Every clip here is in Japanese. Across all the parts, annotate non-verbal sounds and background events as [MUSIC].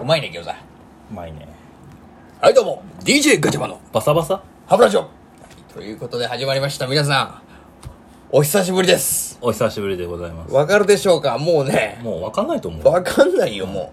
うまいね、餃子。うまいねはい、どうも。DJ ガチャマンのバサバサハブラジオ。ということで始まりました。皆さん、お久しぶりです。お久しぶりでございますわかるでしょうかもうね、もう分かんないと思うわかんないよ、も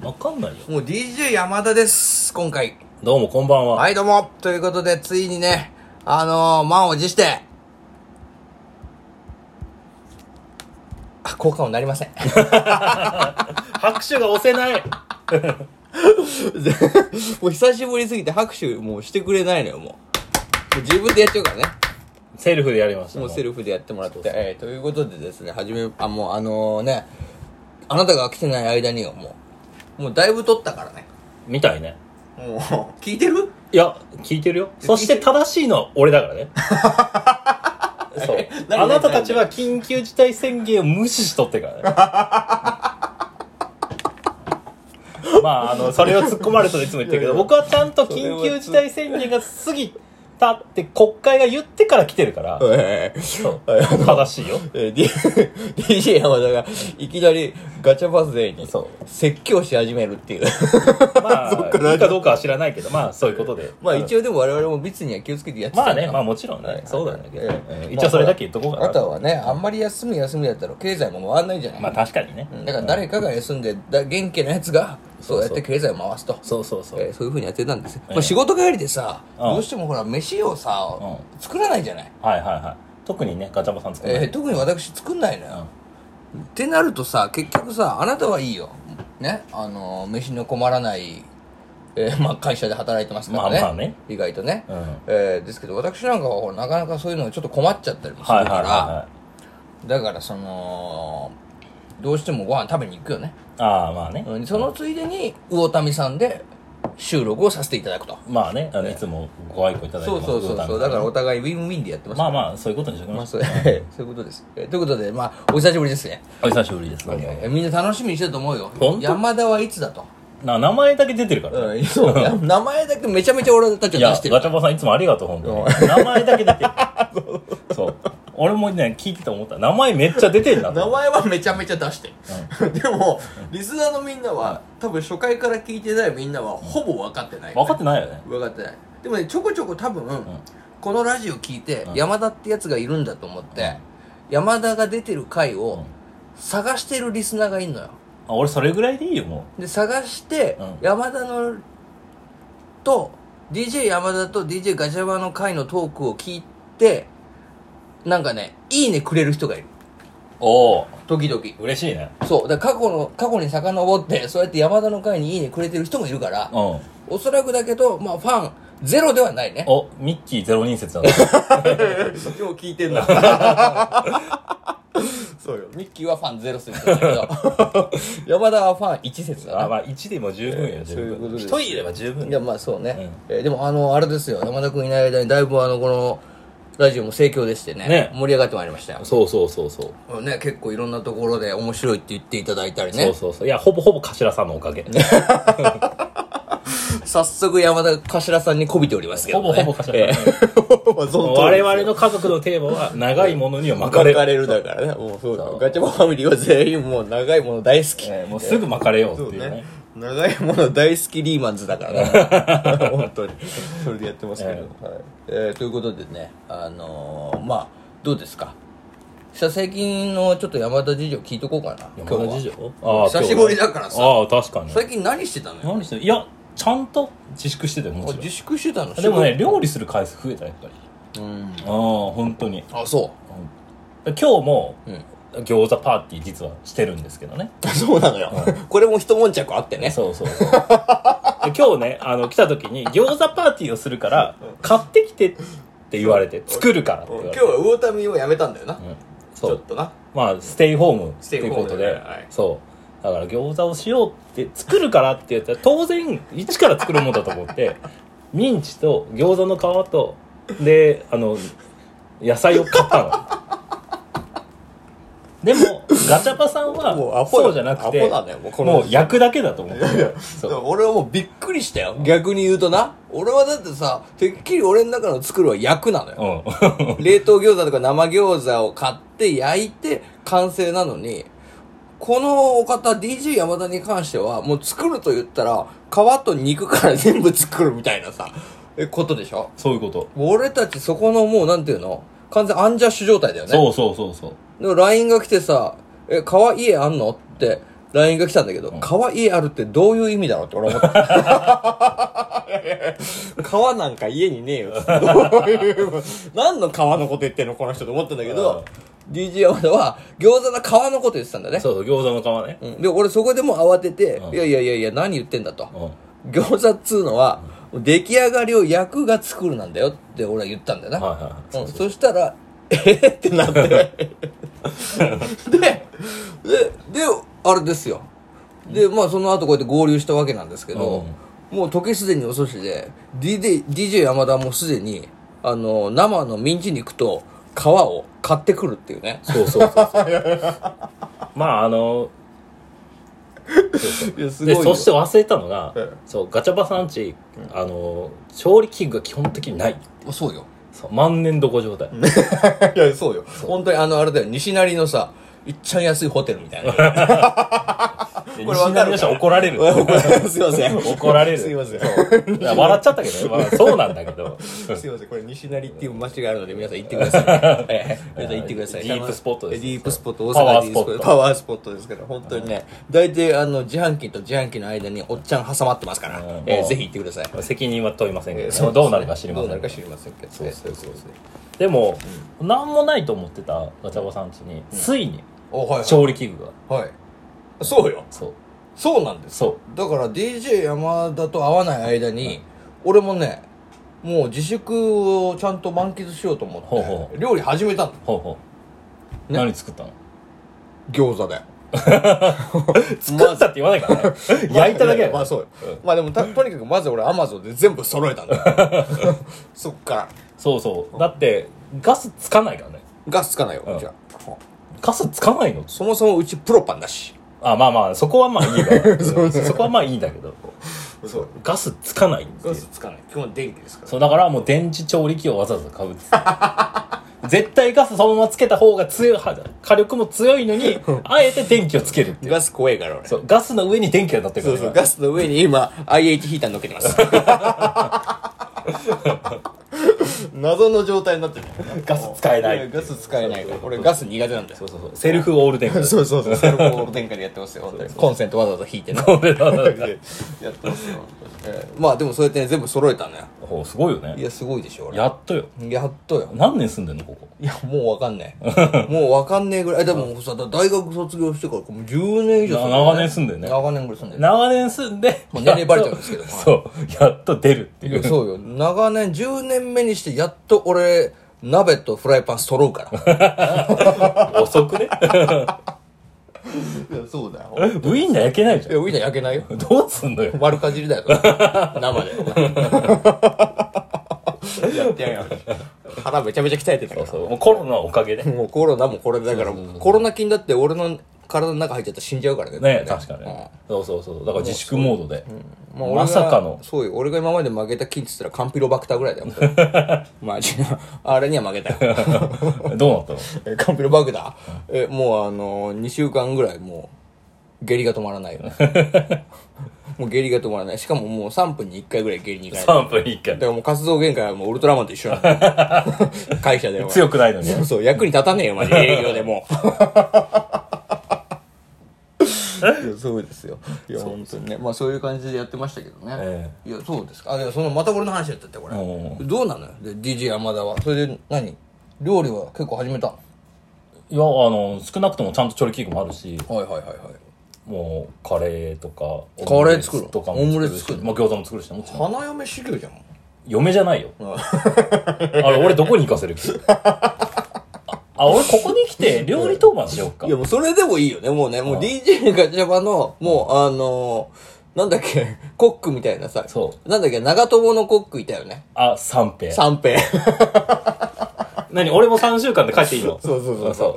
分かんないよう。もう DJ 山田です、今回。どうもこんばんは、はい、どうも。ということで、ついにね、あのー、満を持して、あ、効果音なりま [LAUGHS] せん。拍手が押せないもう久しぶりすぎて拍手もうしてくれないのよ、もう。もう自分でやっちゃうからね。セルフでやりましたもうセルルフでやってもらって。えーということでですね、はじめ、あ、もうあのね、あなたが来てない間にはもう、もうだいぶ撮ったからね。みたいねもう、聞いてるいや聞いてるよそして正しいのは俺だから [LAUGHS] ねそう何あなたたちは緊急事態宣言を無視しとってからね [LAUGHS] まああのそれを突っ込まれるといつも言ってるけど僕はちゃんと緊急事態宣言が過ぎたって国会が言ってから来てるから、えーそう正しいよえー、D- DJ 山田がいきなりガチャバースデーにそ説教し始めるっていう。 [LAUGHS] まあ、いいかどうかは知らないけど、まあ、そういうことで。まあ一応でも我々も密には気をつけてやってたまあんだね、まあもちろんはいね、そうだねえ。え一応それだけ言っとこうあなかたな。はね、あんまり休む休みだったら経済も回んないじゃない。まあ確かにね。だから誰かが休んで、だ元気なやつが、そうやって経済を回すと。そうそうそえーう。そういうふうにやってたんですよ、ええまあ、仕事帰りでさ、うんどうしてもほら飯をさ、う作らないじゃない、はいはいはい。特にね、ガチャバさん作らえなーい。特に私作んないのよ、ってなるとさ結局さあなたはいいよねあのー飯の困らない、えーま [LAUGHS] あ、会社で働いてますからね,、まあまあね意外とね、うんえーですけど私なんかはほらなかなかそういうのちょっと困っちゃったりもするはかいはいら、はいはい。だからそのどうしてもご飯食べに行くよねああ、まあね。うんそのついでに魚民さんで収録をさせていただくとまあね、あのいつもご愛顧いただいてそまうすそうそうそうだからお互いウィンウィンでやってますまあまあ、そういうことにしておきまあ、ましそょうう。そういうことです。えということで、まあ、お久しぶりですね。お久しぶりです。えみんな楽しみにしてると思うよ本。当山田はいつだと。な名前だけ出てるからね。うん、 [LAUGHS] そう。や名前だけめちゃめちゃ俺たちいはや、出ガしてチる。ャバさんいつもありがとう、本当に。名前だ [LAUGHS] け出てる。そう。俺もね、聞いてて思った。名前めっちゃ出てんな名と思って。前はめちゃめちゃ出してる。 [LAUGHS] でも、リスナーのみんなは、多分初回から聞いてないみんなは、ほぼ分かってない。分かってないよね。分かってない。でもね、ちょこちょこ多分、このラジオ聞いて、山田ってやつがいるんだと思って、山田が出てる回を、探してるリスナーがいるのよ。あ俺それぐらいでいいよもで探して、うん山田のと DJ 山田と DJ ガチャバの会のトークを聞いてなんかね「いいね」くれる人がいるうおお時々嬉しいねそうだから過去の過去に遡ってそうやって山田の会に「いいね」くれてる人もいるからうんおそらくだけどまあファンゼロではないねおミッキーゼロ人説だった今日聞いてんだ [LAUGHS] そうよミッキーはファンゼロ説だけど山田はファン1説だな [LAUGHS] あまあ1でも十分よ十そういうこと分です一人いれば十分いやまあそうね、えーでもあのあれですよ山田君いない間にだいぶあのこのラジオも盛況でしてねね盛り上がってまいりましたよ、そうそうそうそうね、結構いろんなところで面白いって言っていただいたりそねうそうそういやほぼほぼ頭さんのおかげ早速山田頭さんにこびておりますけど、ほね、ぼほぼ頭さんえーまあそ [LAUGHS] の通りで我すよ々の家族のテーマは長いものには巻巻かかれれるるだからねもうそうだガチャバファミリーは全員もう長いもの大好き、もうすぐ巻かれようそっうていうねね長いもの大好きリーマンズだから [LAUGHS] ね本当にそれでやってますけど、えはいえーということでねあのーまあどうですかさ最近のちょっと山田事情聞いとこうかな山田事情情ああ久しぶりだからさああ確かに最近何してたのよ何してるいやちゃんと自粛しててもあちろ自粛してたのんでもね料理する回数増えたやっぱりうんああ本当にあそ今日もううん餃子パーティー実はしてるんですけどね [LAUGHS] そうなのよこれも一悶着あってねそうそうそう。で今日ね、あの、来た時に、餃子パーティーをするから、買ってきてって言われて、作るからって言わ今れ日て。は魚民をやめたんだよな、うんちそょっう。となまあ、ステイホームスっテてイいうホームことだでよねはい、そう。だから餃子をしようって、作るからって言ったら、当然、一から作るもんだと思って、ミンチと餃子の皮と、で、あの、野菜を買ったの。でも、ガチャパさんもうアは、ホよそうじゃなくて、アホだねもうこのもう焼くだけだと思って。 [LAUGHS] そうだから俺はもうびっくりしたよ逆に言うとな俺はだってさてっきり俺の中の作るは焼くなのようん。冷凍餃子とか生餃子を買って焼いて完成なのにこのお方 DJ 山田に関してはもう作ると言ったら皮と肉から全部作るみたいなさえことでしょそういうこと。俺たちそこのもうなんていうの完全アンジャッシュ状態だよねそうそうそうそう。でも LINE が来てさ「え川家あんの?」って LINE が来たんだけど「川家ある」ってどういう意味だろうって俺は思った [LAUGHS] 川なんか家にねえよ。どういう何の川のこと言ってんのこの人と思ったんだけど、 DJ 山田は餃子の皮のこと言ってたんだねそうそう、餃子の皮ね。うんで俺そこでもう慌てて「うんいやいやいやいや何言ってんだ」とう「ん。餃子っつうのは出来上がりを焼くが作るなんだよ」って俺は言ったんだよな、はいはい。うん、そしたら「えーってなってででであれですよでまあその後こうやって合流したわけなんですけど、もう時すでに遅しで DJ, DJ 山田もすでにあの生のミンチ肉と皮を買ってくるっていうねそうそうそうそう。 [LAUGHS] まああの、いや、すで、ごいよそして忘れたのがうん、そう、ガチャバさんち、あの、調理器具が基本的にない。そうよそう万年どこ状態。いや、そうよ。本当にあのあれだよ西成のさいっちゃん安いホテルみたいな [LAUGHS] でこれ西わか成るの人は怒られる。 [LAUGHS] すいません。怒られる。すいませんそういや笑っちゃったけどね、まあそうなんだけど。 [LAUGHS] すいません、これ西成っていう街があるので、皆さん行ってください。 [LAUGHS] ええ皆さん行ってください。ディープスポットですディープスポット、パ大ワ阪ーディスーポプットスポット。パワースポットですから、本当にね。大体あの自販機と自販機の間におっちゃん挟まってますから、うんえもーうぜひ行ってください責任は問いませんけえど、えどうなるか知りませどうなんるけかど知りませんけど。そうそうそうえでも、なんもないと思ってたガチャバさんちに、ついにおはい調理器具が。はいそうよ。そう。そうなんですそだから DJ 山田と会わない間に、俺もねもう自粛をちゃんと満喫しようと思ってほうほ料理始めたのう。ほうほう。ね何作ったの餃子で作ったって言わないからね。 [LAUGHS] 焼いただけだよまあそうよ。まあでもた、とにかくまず俺アマゾンで全部揃えたんだ [LAUGHS] よそっから。そうそう。だって、ガスつかないからね。ガスつかないようん、じゃあ。ガスつかないのそもそもうちプロパンだし。あ、まあまあ、そこはまあいいわ。 [LAUGHS] そこはまあいいんだけど。そう。ガスつかないっていガうスつかない。基本電気ですから。そう、だからもう電池調理器をわざわざ買うっつ [LAUGHS] って。絶対ガスそのままつけた方が強いは、火力も強いの [LAUGHS] に、あえて電気をつけるっていう。ガス怖いから俺。そう、ガスの上に電気が乗ってくそるうそう、からガスの上に今、IH ヒーター乗っけ [LAUGHS] てます。謎の状態になってる。ガス使えないやガス使えないから。俺ガス苦手なんだよ。そうそうそう。セルフオール電化。そうそうそう、セルフオール電化でやってますよ、本当に。コンセントわざわざ引いてね。やってますよ、えまあでもそうやってね全部揃えたのよおすごいよいね。やすごいでしょ俺やっとよ。やっとよ何年住んでんのここ。いやもうわかんねえもうわかんねえぐらいえでもさだ大学卒業してからもう10年以上住んでるな長年住んでんね長年ぐらい住んでる長年住んで、もう年齢バレちゃうんですけどやっと [LAUGHS] そう。やっと出るっていいやう。そうよ長年10年目にしてやっと俺鍋とフライパン揃うから [LAUGHS] 遅くねえそうだよ。ウィンナー焼けないじいやウィーナー焼けないよゃん。どうすんのよ。丸かじりだよ生で [LAUGHS] やってやるよ。腹めちゃめちゃ鍛えてたかそうそら。う。もうコロナのおかげで。もうコロナもこれだからコロナ菌だって俺の体の中入っちゃったら死んじゃうからねね確かに、うんそうそうそうだから自粛モードで、まあ俺がまさかのそうよ俺が今まで負けた菌っつったらカンピロバクターぐらいだよ [LAUGHS] マジなあれには負けたよどうなったのえカンピロバクター、えもうあの2週間ぐらいもう下痢が止まらないよね [LAUGHS] もう下痢が止まらないしかももう3分に1回ぐらい下痢に行かない [LAUGHS] 3分に1だ回からもう活動限界はもうウルトラマンと一緒なんだよ [LAUGHS] 会社では強くないのにそうそう役に立たねえよ [LAUGHS] マジ営業で [LAUGHS] もういやそうですよいや本当にねまあそういう感じでやってましたけどね、えいやそうですかあでもそのまた俺の話やったってこれおどうなのよで DJ 山田はそれで何料理は結構始めたのいやあの少なくともちゃんと調理器具もあるしはいはいはいはいもうカレーとかカレー作るのとかもオムレツ作るし作るのまあ、餃子も作るしねもちろん花嫁修行じゃん嫁じゃないよあれ俺どこに行かせる [LAUGHS] 気ああ俺ここに来て料理当番しようかいやもうそれでもいいよねもうねもう DJ ガチャバのもうあのー、なんだっけ [LAUGHS] コックみたいなさそ [LAUGHS] うなんだっけ長友のコックいたよねあ三平三平何俺も3週間で帰っていいの。そうそうそうそう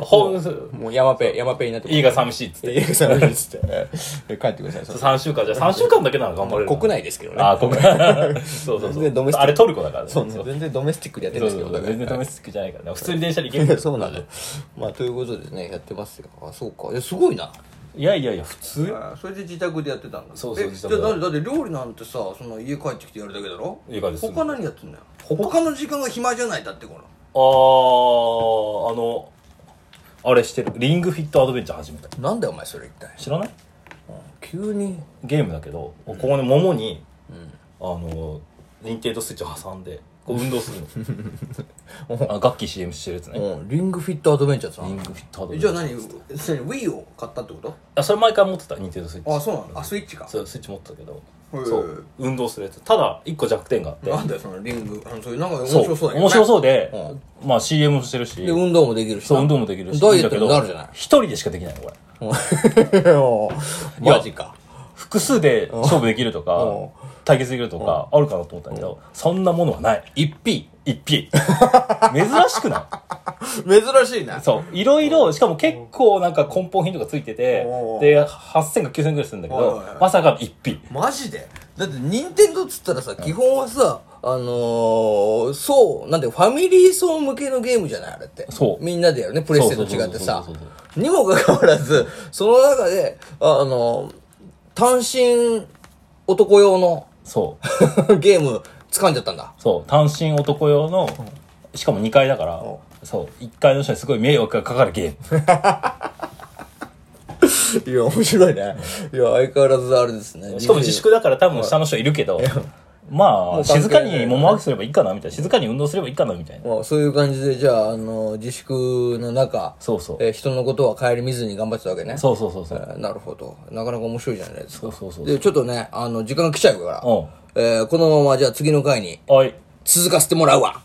ほん、もう山ペ山ペになって家が寂しいっつって。いいがさんですって帰ってくださいそれ3週間じゃ、3週間だけなら頑張れるな。国内ですけどねああ、国内。そうそう全そ然ドメう。スティックあれトルコだからね。そう全然ドメスティックでやってるんですけどそうそう全然ドメススティックじゃないからね普通に電車で行けるんだよ [LAUGHS] そうなんだまあということでねやってますよあそうかいやすごいないやいやいや普通よあーそれで自宅でやってたんだそうそうえ自じゃ宅であだだって料理なんてさその家帰ってきてやるだけだろ家帰りする他何やってんだよ他の時間が暇じゃないだってこのあーあのあれしてるリングフィットアドベンチャー始めたなんだよお前それ一体知らない急にゲームだけど、ここに桃に、あのニンテンドースイッチを挟んで [LAUGHS] こう運動するのあ楽器 CM してるやつね、うんリングフィットアドベンチャーさリンんグフィットアドベえンじチゃャあー何それ Wii を買ったってこあそれ毎回持ってたニンテンドースイッチとあそうなんだあスイッチかそうスイッチ持ってたけどへえそう運動するやつただ一個弱点があってなんだよそのリングあのそういうなんか面そう白そうだけどね面白そうで、まあ CM もしてるしで運動もできるしなそう運動もできるしダイエットになるじゃないいいんだけど一人でしかできないのこれいやマジか複数で勝負できるとかうん対決できるとかあるかなと思ったんだけどそんなものはない一匹一 [LAUGHS] 匹珍しくない珍しいなそう。いろいろ、しかも結構なんか梱包品とかついててお、ーで、8000か9000くらいするんだけはいどはいはい、まさか一匹。マジでだって任天堂っつったらさ基本はさあのー、そうなんていうかファミリー層向けのゲームじゃないあれってそうみんなでやるねプレステと違ってさそうそうそうそうにもかかわらずその中でああのー単身男用の [LAUGHS] そう。ゲーム掴んじゃったんだそう。単身男用の、しかも2階だから、そう。1階の人にすごい迷惑がかかるゲーム。いや面白いねいや相変わらずあれですねしかも自粛だから多分下の人いるけど、まもうあ、関係ない静かに桃分けすればいいかな、みたいな。静かに運動すればいいかな、みたいな。まあ、そういう感じで、じゃあ、あの、自粛の中、そうそうえー人のことは顧みずに頑張ってたわけね。そうそうそうそえう。ーなるほど。なかなか面白いじゃないですか。そうそうそう。で、ちょっとね、あの、時間が来ちゃうから、うえーこのままじゃあ次の回にん。はい。続かせてもらうわ。